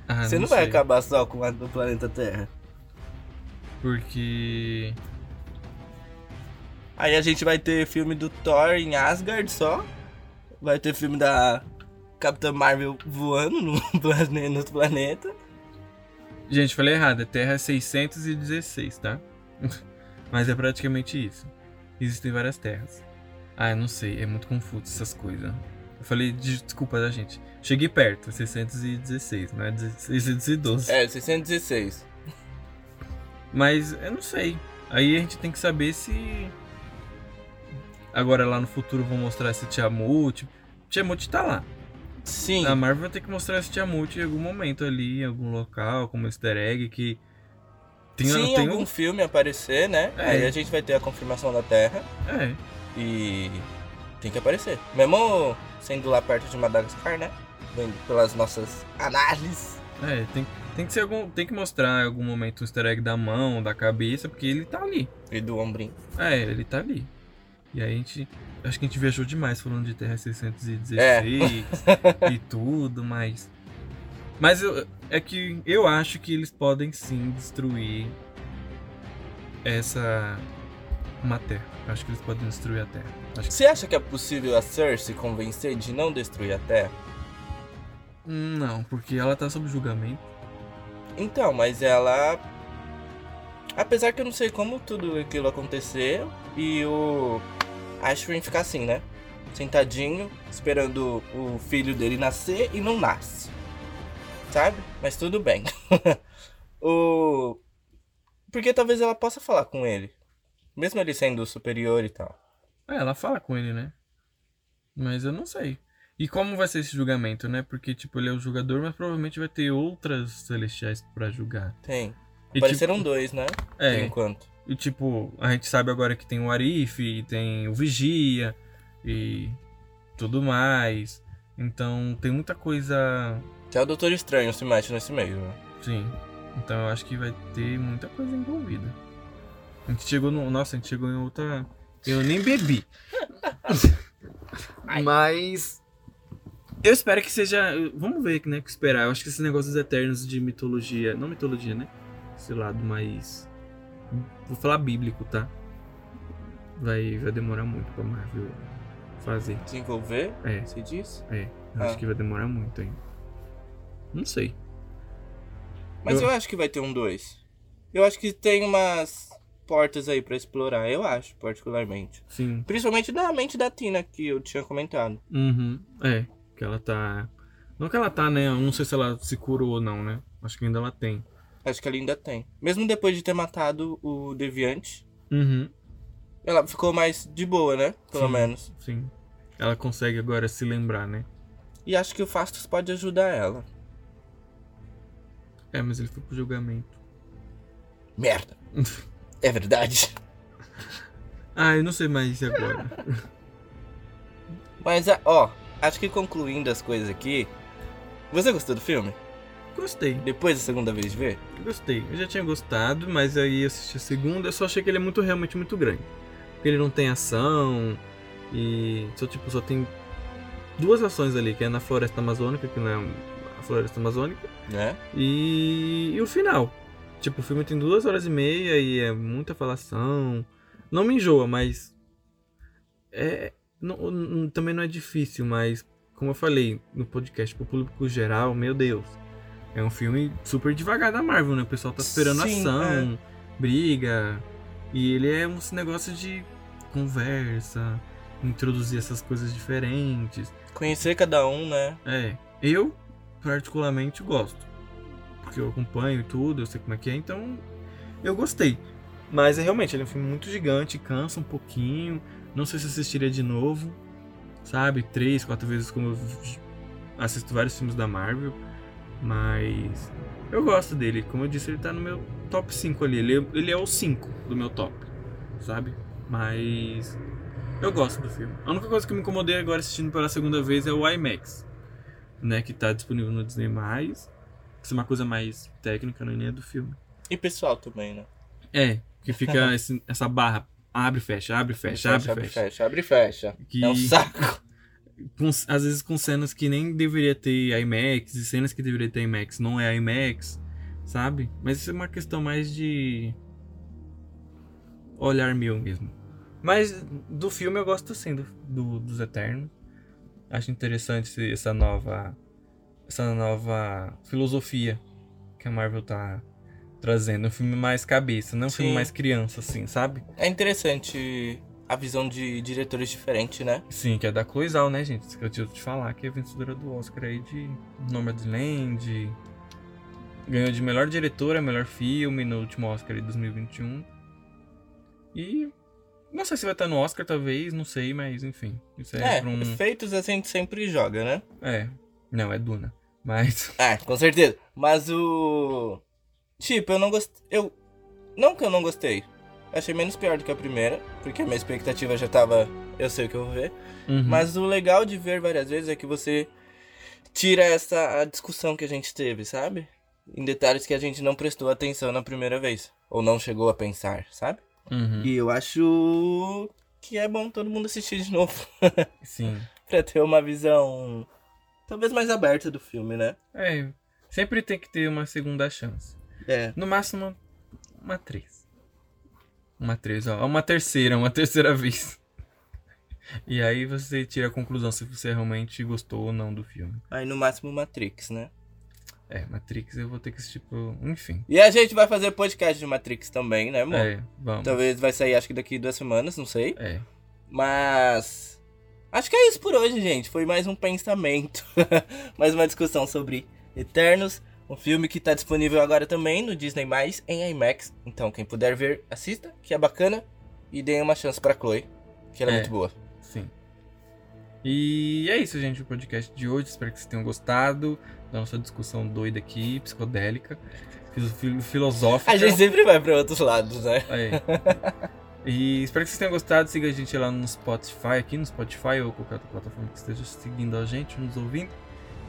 Speaker 2: Ah,
Speaker 1: Você não, vai
Speaker 2: sei,
Speaker 1: acabar só com a do planeta Terra.
Speaker 2: Porque.
Speaker 1: Aí a gente vai ter filme do Thor em Asgard só. Vai ter filme da Capitã Marvel voando no plane- nos planetas.
Speaker 2: Gente, falei errado, a terra é 616, tá? mas é praticamente isso. Existem várias terras. Ah, eu não sei, é muito confuso essas coisas. Eu falei, de- desculpa, tá, gente? Cheguei perto, 616, não é 612.
Speaker 1: É, 616.
Speaker 2: Mas eu não sei. Aí a gente tem que saber se. Agora lá no futuro vão mostrar esse Tiamut. Tiamut tá lá.
Speaker 1: Sim.
Speaker 2: A Marvel vai ter que mostrar esse Tiamut em algum momento ali, em algum local, como easter egg que. Tem, um-
Speaker 1: Se em
Speaker 2: tem
Speaker 1: algum filme aparecer, né?
Speaker 2: É.
Speaker 1: Aí a gente vai ter a confirmação da Terra
Speaker 2: um. É.
Speaker 1: e tem que aparecer. Mesmo sendo lá perto de Madagascar, né? Vendo pelas nossas análises.
Speaker 2: É, tem, tem que ser algum. Tem que mostrar em algum momento o easter egg da mão, da cabeça, porque ele tá ali.
Speaker 1: E do ombrinho.
Speaker 2: É, ele tá ali. E aí a gente. Acho que a gente viajou demais falando de Terra 616
Speaker 1: É.
Speaker 2: e tudo, mas. Mas eu, é que eu acho que eles podem sim destruir essa. Uma terra. Eu acho que eles podem destruir a terra. Acho que.
Speaker 1: Você acha que é possível a Cersei convencer de não destruir a Terra?
Speaker 2: Hum, Não, porque ela tá sob julgamento.
Speaker 1: Então, mas ela. Apesar que eu não sei como tudo aquilo aconteceu e o Ashwin ficar assim, né? Sentadinho, esperando o filho dele nascer e não nasce. Sabe? Mas tudo bem. o... Porque talvez ela possa falar com ele. Mesmo ele sendo superior e tal.
Speaker 2: É, ela fala com ele, né? Mas eu não sei. E como vai ser esse julgamento, né? Porque, tipo, ele é o julgador, mas provavelmente vai ter outras celestiais pra julgar.
Speaker 1: Tem.
Speaker 2: E,
Speaker 1: Apareceram
Speaker 2: tipo,
Speaker 1: dois, né? Por
Speaker 2: é,
Speaker 1: enquanto.
Speaker 2: E tipo, a gente sabe agora que tem o Arif, tem o Vigia e tudo mais. Então tem muita coisa.
Speaker 1: Até o Doutor Estranho se mete nesse meio. né?
Speaker 2: Sim. Então eu acho que vai ter muita coisa envolvida. A gente chegou no. Nossa, a gente chegou em outra. Eu nem bebi. Mas. Eu espero que seja. Vamos ver, né? o Que esperar. Eu acho que esses negócios eternos de mitologia. Não mitologia, né? Esse lado mais. Vou falar bíblico, tá? Vai, vai demorar muito pra Marvel fazer.
Speaker 1: Desenvolver,
Speaker 2: É,
Speaker 1: se diz.
Speaker 2: eu acho
Speaker 1: Ah.
Speaker 2: que vai demorar muito ainda. Não sei.
Speaker 1: Mas
Speaker 2: Eu-
Speaker 1: eu acho que vai ter um 2. Eu acho que tem umas portas aí pra explorar, eu acho, particularmente.
Speaker 2: Sim.
Speaker 1: Principalmente da mente da Tina, que eu tinha comentado.
Speaker 2: Uhum, é. Que ela tá. Não que ela tá, né? Eu não sei se ela se curou ou não, né? Acho que ainda ela tem.
Speaker 1: Acho que ela ainda tem. Mesmo depois de ter matado o Deviante,
Speaker 2: Uhum,
Speaker 1: ela ficou mais de boa, né? Pelo
Speaker 2: Sim.
Speaker 1: menos.
Speaker 2: sim. Ela consegue agora se lembrar, né?
Speaker 1: E acho que o Fastos pode ajudar ela.
Speaker 2: É, mas ele foi pro julgamento.
Speaker 1: Merda! é verdade.
Speaker 2: Ah, eu não sei mais e agora.
Speaker 1: Mas, ah, ó, acho que concluindo as coisas aqui. Você gostou do filme?
Speaker 2: Gostei,
Speaker 1: Depois da segunda vez de ver?
Speaker 2: gostei. Eu já tinha gostado, mas aí assisti a segunda. Eu só achei que ele é muito, realmente muito grande. Porque ele não tem ação. E só, tipo, só tem duas ações ali, que é na floresta amazônica, que não é a floresta amazônica.
Speaker 1: Né?
Speaker 2: E, e o final. Tipo, o filme tem duas horas e meia e é muita falação. Não me enjoa, mas. É. não- não- também não é difícil, mas como eu falei no podcast pro público geral, meu Deus. É um filme super devagar da Marvel, né? O pessoal tá esperando
Speaker 1: Sim,
Speaker 2: ação,
Speaker 1: é.
Speaker 2: briga. E ele é um negócio de conversa, introduzir essas coisas diferentes.
Speaker 1: Conhecer cada um, né?
Speaker 2: É, eu particularmente gosto. Porque eu acompanho tudo, eu sei como é que é, então eu gostei. Mas é realmente, ele é um filme muito gigante, cansa um pouquinho. Não sei se eu assistiria de novo, sabe? Três, quatro vezes como eu vi- assisto vários filmes da Marvel. Mas eu gosto dele. Como eu disse, ele tá no meu top 5 ali. Ele, é- ele é o 5 do meu top, sabe? Mas eu gosto do filme. A única coisa que me incomodei agora assistindo pela segunda vez é o IMAX, né? Que tá disponível no Disney. Isso é uma coisa mais técnica, não é nem do filme.
Speaker 1: E pessoal também, né?
Speaker 2: É, que fica esse- essa barra. Abre, fecha, abre, fecha, abre,
Speaker 1: abre,
Speaker 2: fecha.
Speaker 1: fecha. Abre e fecha.
Speaker 2: Que
Speaker 1: É um saco.
Speaker 2: com- às vezes com cenas que nem deveria ter IMAX e cenas que deveria ter IMAX não é IMAX, sabe? Mas isso é uma questão mais de olhar meu mesmo. Mas do filme eu gosto sim do, do- dos Eternos. Acho interessante esse- essa nova essa nova filosofia que a Marvel tá trazendo, um filme mais cabeça, não um filme
Speaker 1: Sim.
Speaker 2: mais criança assim, sabe?
Speaker 1: É interessante a visão de diretores diferente, né?
Speaker 2: Sim, que é da Cloizal, né, gente? Isso que eu tinha te falar, que é vencedora do Oscar aí de Nomadland. Ganhou de melhor diretora, melhor filme no último Oscar de 2021. E não sei se vai estar no Oscar, talvez, não sei, mas enfim. Isso é,
Speaker 1: É,
Speaker 2: pra um.
Speaker 1: feitos a gente sempre joga, né?
Speaker 2: É. Não, é Duna. Mas.
Speaker 1: É, com certeza. Mas o. Tipo, eu não gostei. Eu. Não que eu não gostei. Achei menos pior do que a primeira, porque a minha expectativa já tava. Eu sei o que eu vou ver.
Speaker 2: Uhum.
Speaker 1: Mas o legal de ver várias vezes é que você tira essa a discussão que a gente teve, sabe? Em detalhes que a gente não prestou atenção na primeira vez. Ou não chegou a pensar, sabe?
Speaker 2: Uhum.
Speaker 1: E eu acho que é bom todo mundo assistir de novo.
Speaker 2: Sim.
Speaker 1: pra ter uma visão talvez mais aberta do filme, né?
Speaker 2: É. Sempre tem que ter uma segunda chance.
Speaker 1: É.
Speaker 2: No máximo, uma três. Uma três, ó. Uma terceira, uma terceira vez. E aí você tira a conclusão se você realmente gostou ou não do filme.
Speaker 1: Aí no máximo Matrix, né?
Speaker 2: É, Matrix eu vou ter que assistir pro... Enfim.
Speaker 1: E a gente vai fazer podcast de Matrix também, né, amor?
Speaker 2: é, vamos.
Speaker 1: Talvez vai sair, acho que daqui duas semanas, não sei.
Speaker 2: É.
Speaker 1: Mas. Acho que é isso por hoje, gente. Foi mais um pensamento. mais uma discussão sobre Eternos. Um filme que tá disponível agora também no Disney, em IMAX. Então, quem puder ver, assista, que é bacana. E deem uma chance pra Chloe, que ela é,
Speaker 2: É.
Speaker 1: muito boa.
Speaker 2: Sim. E é isso, gente, o podcast de hoje. Espero que vocês tenham gostado da nossa discussão doida aqui, psicodélica, fil- fil- filosófica.
Speaker 1: A gente sempre vai pra outros lados, né?
Speaker 2: É. E espero que vocês tenham gostado. Siga a gente lá no Spotify, aqui no Spotify ou qualquer outra plataforma que esteja seguindo a gente, nos ouvindo.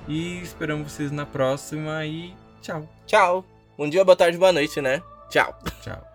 Speaker 2: E esperamos vocês na próxima e tchau.
Speaker 1: Tchau. Bom dia, boa tarde, boa noite, né? Tchau.
Speaker 2: Tchau.